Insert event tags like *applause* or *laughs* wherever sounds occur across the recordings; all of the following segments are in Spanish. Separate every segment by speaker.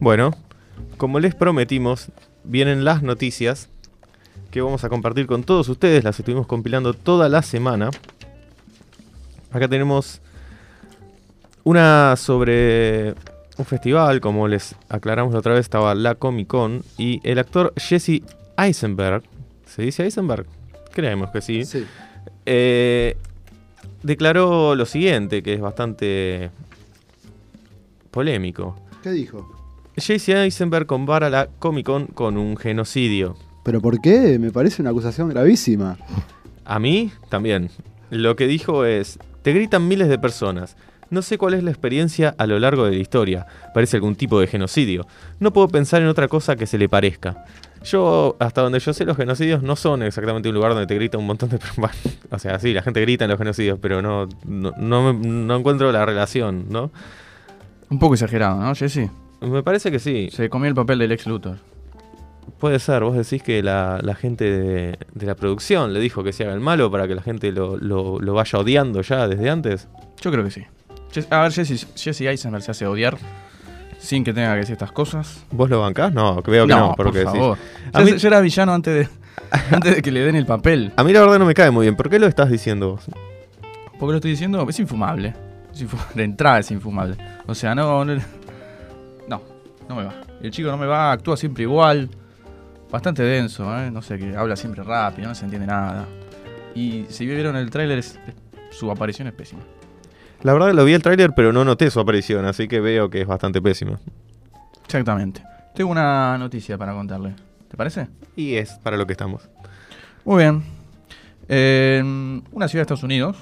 Speaker 1: Bueno, como les prometimos, vienen las noticias que vamos a compartir con todos ustedes. Las estuvimos compilando toda la semana. Acá tenemos una sobre un festival, como les aclaramos la otra vez, estaba la Comic Con y el actor Jesse Eisenberg, ¿se dice Eisenberg? Creemos que sí.
Speaker 2: Sí.
Speaker 1: Eh, declaró lo siguiente, que es bastante polémico.
Speaker 2: ¿Qué dijo?
Speaker 1: Jesse Eisenberg compara la Comic Con con un genocidio.
Speaker 2: ¿Pero por qué? Me parece una acusación gravísima.
Speaker 1: A mí también. Lo que dijo es, te gritan miles de personas. No sé cuál es la experiencia a lo largo de la historia. Parece algún tipo de genocidio. No puedo pensar en otra cosa que se le parezca. Yo, hasta donde yo sé, los genocidios no son exactamente un lugar donde te grita un montón de... *laughs* Bueno, o sea, sí, la gente grita en los genocidios, pero no, no, no me- no encuentro la relación, ¿no?
Speaker 3: Un poco exagerado, ¿no, Jesse?
Speaker 1: Me parece que sí.
Speaker 3: Se comió el papel del ex Luthor.
Speaker 1: Puede ser, vos decís que la, la gente de, de la producción le dijo que se haga el malo para que la gente lo, lo- lo vaya odiando ya desde antes.
Speaker 3: Yo creo que sí. Jess- a ver, Jesse, Jesse Eisenberg se hace odiar sin que tenga que decir estas cosas.
Speaker 1: ¿Vos lo bancás? No, que veo que no, por lo
Speaker 3: por
Speaker 1: que decís.
Speaker 3: favor.
Speaker 1: A
Speaker 3: Ya,
Speaker 1: mí-
Speaker 3: se- ya era villano antes de, *laughs* antes de que le den el papel.
Speaker 1: A mí la verdad no me cae muy bien. ¿Por qué lo estás diciendo vos?
Speaker 3: ¿Por qué lo estoy diciendo? Es infumable. Es infu- De entrada es infumable. O sea, no, no. No, no me va. El chico no me va, actúa siempre igual. Bastante denso, ¿eh? No sé, que habla siempre rápido, no se entiende nada. Y si vieron el tráiler, es- es- su aparición es pésima.
Speaker 1: La verdad lo vi el tráiler, pero no noté su aparición, así que veo que es bastante pésimo.
Speaker 3: Exactamente. Tengo una noticia para contarle. ¿Te parece?
Speaker 1: Y es para lo que estamos.
Speaker 3: Muy bien. En una ciudad de Estados Unidos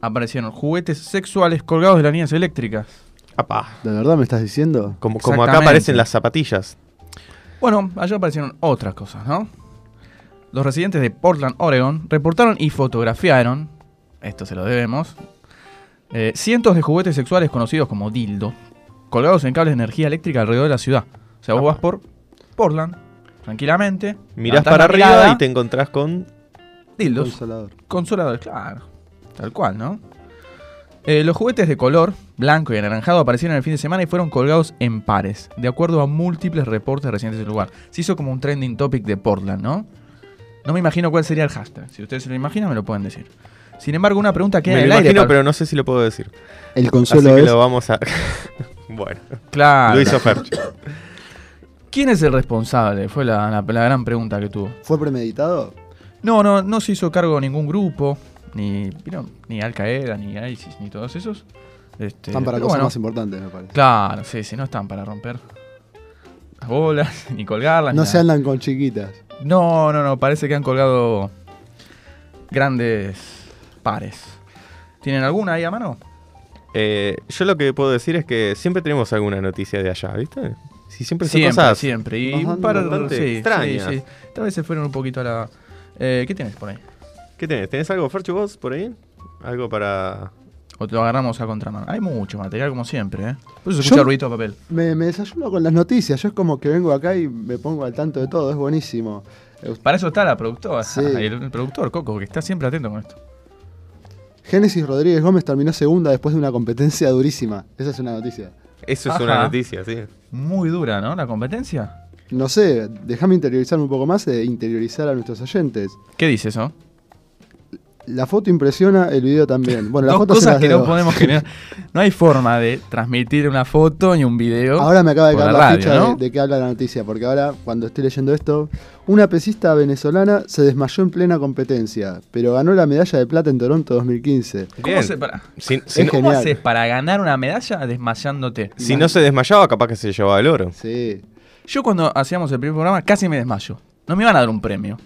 Speaker 3: aparecieron juguetes sexuales colgados de las líneas eléctricas.
Speaker 1: Apá.
Speaker 2: ¿De verdad me estás diciendo?
Speaker 1: Como, como acá
Speaker 3: Exactamente.
Speaker 1: aparecen las zapatillas.
Speaker 3: Bueno, allá aparecieron otras cosas, ¿no? Los residentes de Portland, Oregon, reportaron y fotografiaron, esto se lo debemos, eh, cientos de juguetes sexuales conocidos como dildo, colgados en cables de energía eléctrica alrededor de la ciudad. O sea, vos
Speaker 1: Apa.
Speaker 3: vas por Portland, tranquilamente.
Speaker 1: Mirás
Speaker 3: levantás
Speaker 1: para
Speaker 3: la
Speaker 1: arriba
Speaker 3: mirada,
Speaker 1: y te encontrás con...
Speaker 3: Dildos.
Speaker 2: Consolador.
Speaker 3: Consoladores, claro. Tal cual, ¿no? Eh, los juguetes de color, blanco y anaranjado, aparecieron el fin de semana y fueron colgados en pares, de acuerdo a múltiples reportes recientes del lugar. Se hizo como un trending topic de Portland, ¿no? No me imagino cuál sería el hashtag. Si ustedes se lo imaginan, me lo pueden decir. Sin embargo, una pregunta queda
Speaker 1: Me
Speaker 3: en
Speaker 1: lo
Speaker 3: el aire.
Speaker 1: imagino,
Speaker 3: para-
Speaker 1: pero no sé si lo puedo decir.
Speaker 2: El
Speaker 1: Así
Speaker 2: consuelo
Speaker 1: que
Speaker 2: es.
Speaker 1: lo vamos a... *laughs* bueno,
Speaker 3: Claro.
Speaker 1: lo hizo Ferch.
Speaker 3: ¿Quién es el responsable? Fue la- la- la gran pregunta que tuvo.
Speaker 2: ¿Fue premeditado?
Speaker 3: No, no, no se hizo cargo ningún grupo, ni, ¿vieron? ni Al Qaeda, ni ISIS, ni todos esos. Este,
Speaker 2: Están para
Speaker 3: pero
Speaker 2: cosas
Speaker 3: bueno,
Speaker 2: más importantes, me parece.
Speaker 3: Claro, sí, sí, no están para romper las bolas, *laughs* ni colgarlas.
Speaker 2: No
Speaker 3: ni
Speaker 2: se
Speaker 3: nada.
Speaker 2: andan con chiquitas.
Speaker 3: No, no, no, parece que han colgado grandes pares. ¿Tienen alguna ahí a mano?
Speaker 1: Eh, yo lo que puedo decir es que siempre tenemos alguna noticia de allá, ¿viste? Si siempre son
Speaker 3: siempre,
Speaker 1: cosas.
Speaker 3: siempre. Y
Speaker 2: Ajá,
Speaker 3: para
Speaker 1: bastante
Speaker 3: sí, sí,
Speaker 1: extrañas.
Speaker 3: sí. Tal vez se fueron un poquito a la... Eh, ¿Qué tienes por ahí?
Speaker 1: ¿Qué tenés? ¿Tenés algo, Ferchu, vos por ahí? Algo para.
Speaker 3: O te lo agarramos a contramano. Hay mucho material, como siempre, ¿eh? Por eso se escucha
Speaker 2: Yo-
Speaker 3: el ruido de papel.
Speaker 2: Me, me desayuno con las noticias. Yo es como que vengo acá y me pongo al tanto de todo. Es buenísimo. Eh,
Speaker 3: Para eso está la productora,
Speaker 2: Sí.
Speaker 3: el, el productor Coco, que está siempre atento con esto.
Speaker 2: Génesis Rodríguez Gómez terminó segunda después de una competencia durísima. Esa es una noticia.
Speaker 1: Eso es
Speaker 3: Ajá.
Speaker 1: una noticia, sí.
Speaker 3: Muy dura, ¿no? La competencia.
Speaker 2: No sé, déjame interiorizarme un poco más e interiorizar a nuestros oyentes.
Speaker 3: ¿Qué dice eso?
Speaker 2: La foto impresiona, el video también. Bueno, la
Speaker 3: Dos
Speaker 2: foto se
Speaker 3: cosas
Speaker 2: las
Speaker 3: que no
Speaker 2: debo. *laughs*
Speaker 3: podemos generar. No hay forma de transmitir una foto ni un video.
Speaker 2: Ahora me acaba de
Speaker 3: por
Speaker 2: caer
Speaker 3: la
Speaker 2: la,
Speaker 3: radio,
Speaker 2: ficha de-
Speaker 3: ¿no?
Speaker 2: de, qué habla la noticia, porque ahora, cuando estoy leyendo esto, una pesista venezolana se desmayó en plena competencia, pero ganó la medalla de plata en Toronto 2015.
Speaker 3: ¿Cómo,
Speaker 1: Bien.
Speaker 3: se- para-
Speaker 1: Si, si no,
Speaker 2: Es que-
Speaker 3: ¿Cómo
Speaker 2: Genial.
Speaker 3: haces para ganar una medalla desmayándote?
Speaker 1: si no se desmayaba, capaz que se llevaba el oro.
Speaker 2: Sí.
Speaker 3: Yo cuando hacíamos el primer programa casi me desmayo. No me iban a dar un premio.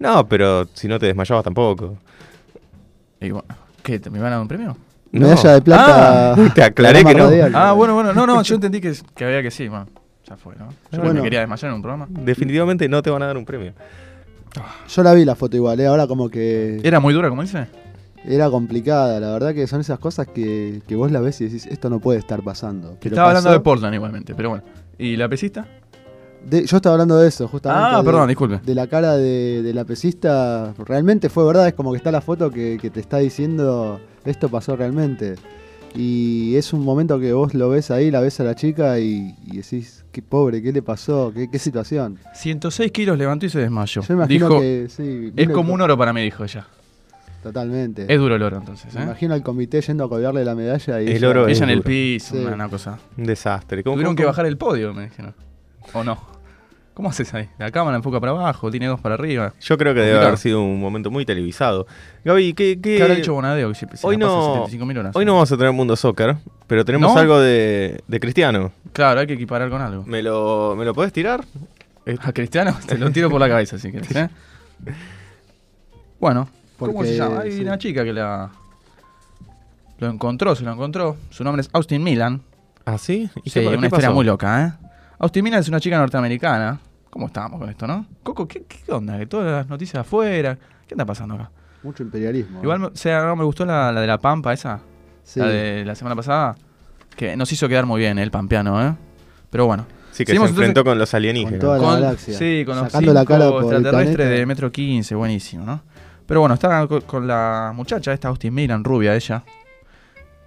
Speaker 1: No, pero si no te desmayabas tampoco.
Speaker 3: Y bueno, ¿qué? ¿Te- ¿Me iban a dar un premio?
Speaker 1: No.
Speaker 2: Medalla de plata.
Speaker 3: Ah.
Speaker 1: Uy, te aclaré
Speaker 2: programa
Speaker 1: que no.
Speaker 2: radial.
Speaker 3: Ah, bueno, bueno. No,
Speaker 2: *laughs*
Speaker 3: no, yo entendí que, que había que sí. Bueno, ya fue, ¿no? Yo
Speaker 2: Bueno.
Speaker 3: me quería desmayar en un programa.
Speaker 1: Definitivamente no te van a dar un premio.
Speaker 2: Yo la vi la foto igual, ¿eh? ahora como que
Speaker 3: ¿Era muy dura, como dice?
Speaker 2: era complicada. La verdad que son esas cosas que, que vos la ves y decís, esto no puede estar pasando.
Speaker 3: Que
Speaker 2: Pero
Speaker 3: estaba hablando
Speaker 2: pasó.
Speaker 3: de Portland igualmente, pero bueno. ¿Y la pesista?
Speaker 2: De- yo estaba hablando de eso, justamente.
Speaker 3: Ah,
Speaker 2: de-
Speaker 3: perdón, disculpe.
Speaker 2: de la cara de, de la pesista realmente fue verdad, es como que está la foto que, que te está diciendo esto pasó realmente. Y es un momento que vos lo ves ahí, la ves a la chica y, y decís, qué pobre, qué le pasó, qué, qué situación.
Speaker 3: 106 kilos levantó y se desmayó.
Speaker 2: Yo me imagino
Speaker 3: dijo,
Speaker 2: que sí.
Speaker 3: es
Speaker 2: vino
Speaker 3: como
Speaker 2: el-
Speaker 3: un oro para mí, dijo ella.
Speaker 2: Totalmente.
Speaker 3: Es duro el oro entonces.
Speaker 2: me
Speaker 3: ¿eh?
Speaker 2: imagino al comité yendo a colgarle la medalla y
Speaker 1: El
Speaker 2: ella-
Speaker 1: oro es-
Speaker 3: Ella en el
Speaker 1: duro.
Speaker 3: piso,
Speaker 2: Sí.
Speaker 3: una, una cosa.
Speaker 1: Un desastre. ¿Cómo-
Speaker 3: Tuvieron
Speaker 1: cómo-
Speaker 3: que
Speaker 1: cómo?
Speaker 3: bajar el podio, me dijeron. ¿O no? ¿Cómo haces ahí? La cámara enfoca para abajo, tiene dos para arriba.
Speaker 1: Yo creo que debe
Speaker 3: Complicado.
Speaker 1: haber sido un momento muy televisado. Gaby, ¿qué, qué-
Speaker 3: ¿Qué habrá hecho Bonadeo? Que se, se
Speaker 1: hoy
Speaker 3: la pasa
Speaker 1: no-
Speaker 3: 75.000 horas.
Speaker 1: Hoy no vamos a tener Mundo Soccer, pero tenemos
Speaker 3: ¿No?
Speaker 1: algo de, de Cristiano.
Speaker 3: Claro, hay que equiparar con algo.
Speaker 1: ¿Me lo, ¿Me lo podés tirar?
Speaker 3: A Cristiano se lo tiro por la cabeza, si querés.
Speaker 1: *laughs*
Speaker 3: ¿eh? Bueno, ¿cómo
Speaker 2: Porque,
Speaker 3: se llama? Hay
Speaker 2: sí.
Speaker 3: una chica que la. Lo encontró, se lo encontró. Su nombre es Austin Milan.
Speaker 1: ¿Ah, sí? ¿Y
Speaker 3: Sí,
Speaker 1: qué pa-
Speaker 3: una
Speaker 1: qué
Speaker 3: historia
Speaker 1: pasó?
Speaker 3: muy loca, ¿eh? Austin Milan es una chica norteamericana. ¿Cómo estábamos con esto, no? Coco, ¿qué, qué onda? Que todas las noticias de afuera. ¿Qué anda pasando acá?
Speaker 2: Mucho imperialismo.
Speaker 3: Igual, me- o sea, no, me gustó la, la de la Pampa esa.
Speaker 2: Sí.
Speaker 3: La de la semana pasada. Que nos hizo quedar muy bien el pampeano, ¿eh? Pero bueno.
Speaker 1: Sí, que
Speaker 3: Seguimos,
Speaker 1: se
Speaker 3: entonces,
Speaker 1: enfrentó con los
Speaker 2: Con
Speaker 1: alienígenas.
Speaker 2: toda la galaxia.
Speaker 3: Sí, con los
Speaker 2: Sacando la
Speaker 3: cinco
Speaker 2: cara por el
Speaker 3: extraterrestres
Speaker 2: planeta.
Speaker 3: de Metro 15, buenísimo, ¿no? Pero bueno, estaba co- con, la muchacha, esta Austin Milan, rubia ella.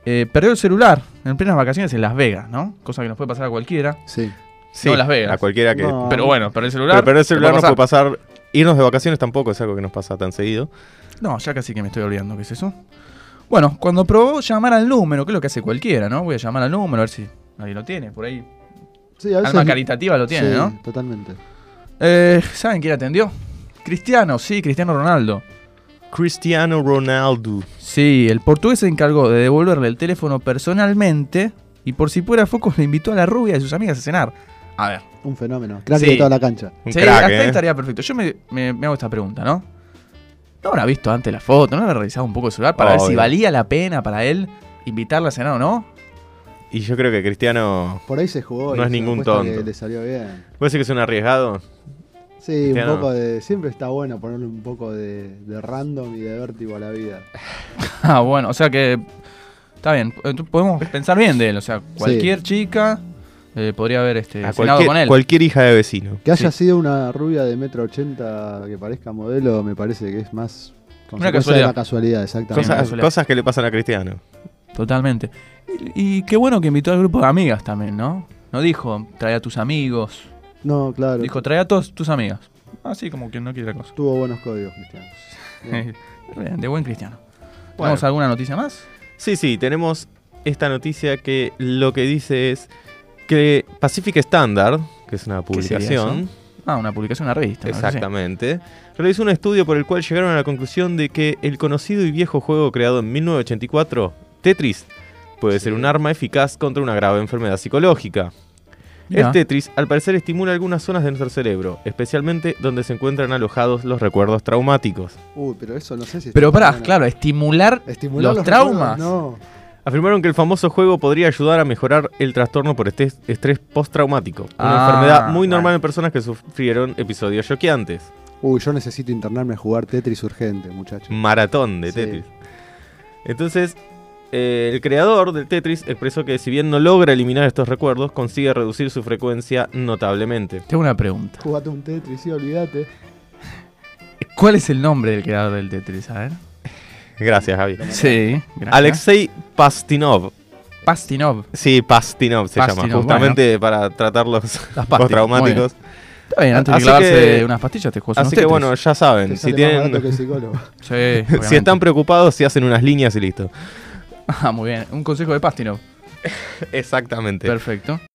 Speaker 3: Eh, perdió el celular en plenas vacaciones en Las Vegas, ¿no? Cosa que nos puede pasar a cualquiera.
Speaker 2: Sí.
Speaker 1: Sí,
Speaker 3: No, Las Vegas.
Speaker 1: A cualquiera que.
Speaker 2: No.
Speaker 3: Pero bueno, perdió el celular.
Speaker 1: Pero perder el
Speaker 3: te
Speaker 1: celular
Speaker 3: puede
Speaker 1: nos puede pasar. Irnos de vacaciones tampoco es algo que nos pasa tan seguido.
Speaker 3: No, ya casi que me estoy olvidando, ¿qué es eso? Bueno, cuando probó llamar al número, que es lo que hace cualquiera, ¿no? Voy a llamar al número, a ver si nadie lo tiene, por ahí.
Speaker 2: Sí, a veces-
Speaker 3: Alma caritativa lo tiene,
Speaker 2: Sí,
Speaker 3: ¿no?
Speaker 2: Totalmente.
Speaker 3: Eh, ¿Saben quién atendió? Cristiano, sí, Cristiano Ronaldo.
Speaker 1: Cristiano Ronaldo.
Speaker 3: Sí, el portugués se encargó de devolverle el teléfono personalmente y por si fuera focos le invitó a la rubia y sus amigas a cenar. A ver,
Speaker 2: Un fenómeno. Crack
Speaker 3: Sí.
Speaker 2: de toda la cancha.
Speaker 1: Un
Speaker 3: sí,
Speaker 1: crack,
Speaker 3: hasta ahí
Speaker 1: ¿eh?
Speaker 3: estaría perfecto. Yo me, me- me hago esta pregunta, ¿no? ¿No habrá visto antes la foto? ¿No habrá revisado un poco el celular para ver si
Speaker 1: Obvio.
Speaker 3: valía la pena para él invitarla a cenar o no? *laughs*
Speaker 1: Y yo creo que Cristiano.
Speaker 2: Por ahí se jugó. y
Speaker 1: No es
Speaker 2: se
Speaker 1: ningún
Speaker 2: apuesta que
Speaker 1: tonto.
Speaker 2: Le salió bien.
Speaker 1: ¿Puede ser que es un arriesgado?
Speaker 2: Sí,
Speaker 1: Cristiano.
Speaker 2: un poco de. Siempre está bueno ponerle un poco de, de random y de vértigo a la vida.
Speaker 3: Ah, bueno, o sea que. Está bien, entonces podemos pensar bien de él. O sea, cualquier chica eh, podría haber este,
Speaker 1: a
Speaker 3: cenado con
Speaker 1: cualquier,
Speaker 3: él.
Speaker 1: cualquier hija de vecino.
Speaker 2: Que haya sido una rubia de metro ochenta que parezca modelo, me parece que es más consecuencia de
Speaker 3: casualidad.
Speaker 2: la casualidad, exactamente.
Speaker 3: Cosa-
Speaker 1: Cosas,
Speaker 3: casualidad.
Speaker 1: cosas que le pasan a Cristiano.
Speaker 3: Totalmente. Y, y qué bueno que invitó al grupo de amigas también, ¿no? No dijo, trae a tus amigos.
Speaker 2: No, claro.
Speaker 3: Dijo, trae a todos tus amigas. Así como quien no quiere la cosa.
Speaker 2: Tuvo buenos códigos,
Speaker 3: *laughs*
Speaker 2: Cristiano. Bien.
Speaker 3: Bien, de buen cristiano.
Speaker 1: Bueno.
Speaker 3: ¿Tenemos alguna noticia más?
Speaker 1: Sí, sí, tenemos esta noticia que lo que dice es que Pacific Standard, que es una
Speaker 3: ¿Qué sería
Speaker 1: publicación,
Speaker 3: Ah, una publicación, una revista. una cosa así.
Speaker 1: exactamente, realizó un estudio por el cual llegaron a la conclusión de que el conocido y viejo juego creado en 1984, Tetris, puede ser un arma eficaz contra una grave enfermedad psicológica.
Speaker 3: Mirá.
Speaker 1: El Tetris, al parecer, estimula algunas zonas de nuestro cerebro, especialmente donde se encuentran alojados los recuerdos traumáticos.
Speaker 2: Uy, pero eso no sé si.
Speaker 3: Pero
Speaker 2: está
Speaker 3: pará,
Speaker 2: bueno.
Speaker 3: claro, estimular
Speaker 2: Estimular
Speaker 3: los
Speaker 2: recuerdos,
Speaker 3: traumas.
Speaker 2: No.
Speaker 1: Afirmaron que el famoso juego podría ayudar a mejorar el trastorno por estes- estrés postraumático, una
Speaker 3: Ah,
Speaker 1: enfermedad muy
Speaker 3: bueno.
Speaker 1: normal en personas que sufrieron episodios choqueantes.
Speaker 2: Uy, yo necesito internarme a jugar Tetris urgente, muchacho.
Speaker 1: Maratón de
Speaker 2: Sí.
Speaker 1: Tetris. Entonces, eh, el creador del Tetris expresó que si bien no logra eliminar estos recuerdos, consigue reducir su frecuencia notablemente.
Speaker 3: Tengo una pregunta.
Speaker 2: Jugate un Tetris, sí, olvídate.
Speaker 3: ¿Cuál es el nombre del creador del Tetris? A ver.
Speaker 1: Gracias, Javi.
Speaker 3: Sí. gracias.
Speaker 1: Alexei Pastinov.
Speaker 3: Pastinov.
Speaker 1: Sí, Pastinov se llama,
Speaker 3: Pastinov,
Speaker 1: justamente para tratar los
Speaker 3: Las pastillas.
Speaker 1: postraumáticos.
Speaker 3: Está bien, antes
Speaker 1: Así
Speaker 3: de clavarse
Speaker 1: que-
Speaker 3: unas pastillas te juegas
Speaker 1: Así que bueno, ya saben,
Speaker 2: Te
Speaker 1: si
Speaker 2: sale más
Speaker 1: tienen
Speaker 2: barato que psicólogo.
Speaker 1: *laughs* Si
Speaker 3: *laughs*
Speaker 1: están preocupados, se hacen unas líneas y listo.
Speaker 3: Ah, muy bien. Un consejo de Pastinov.
Speaker 1: Exactamente.
Speaker 3: Perfecto.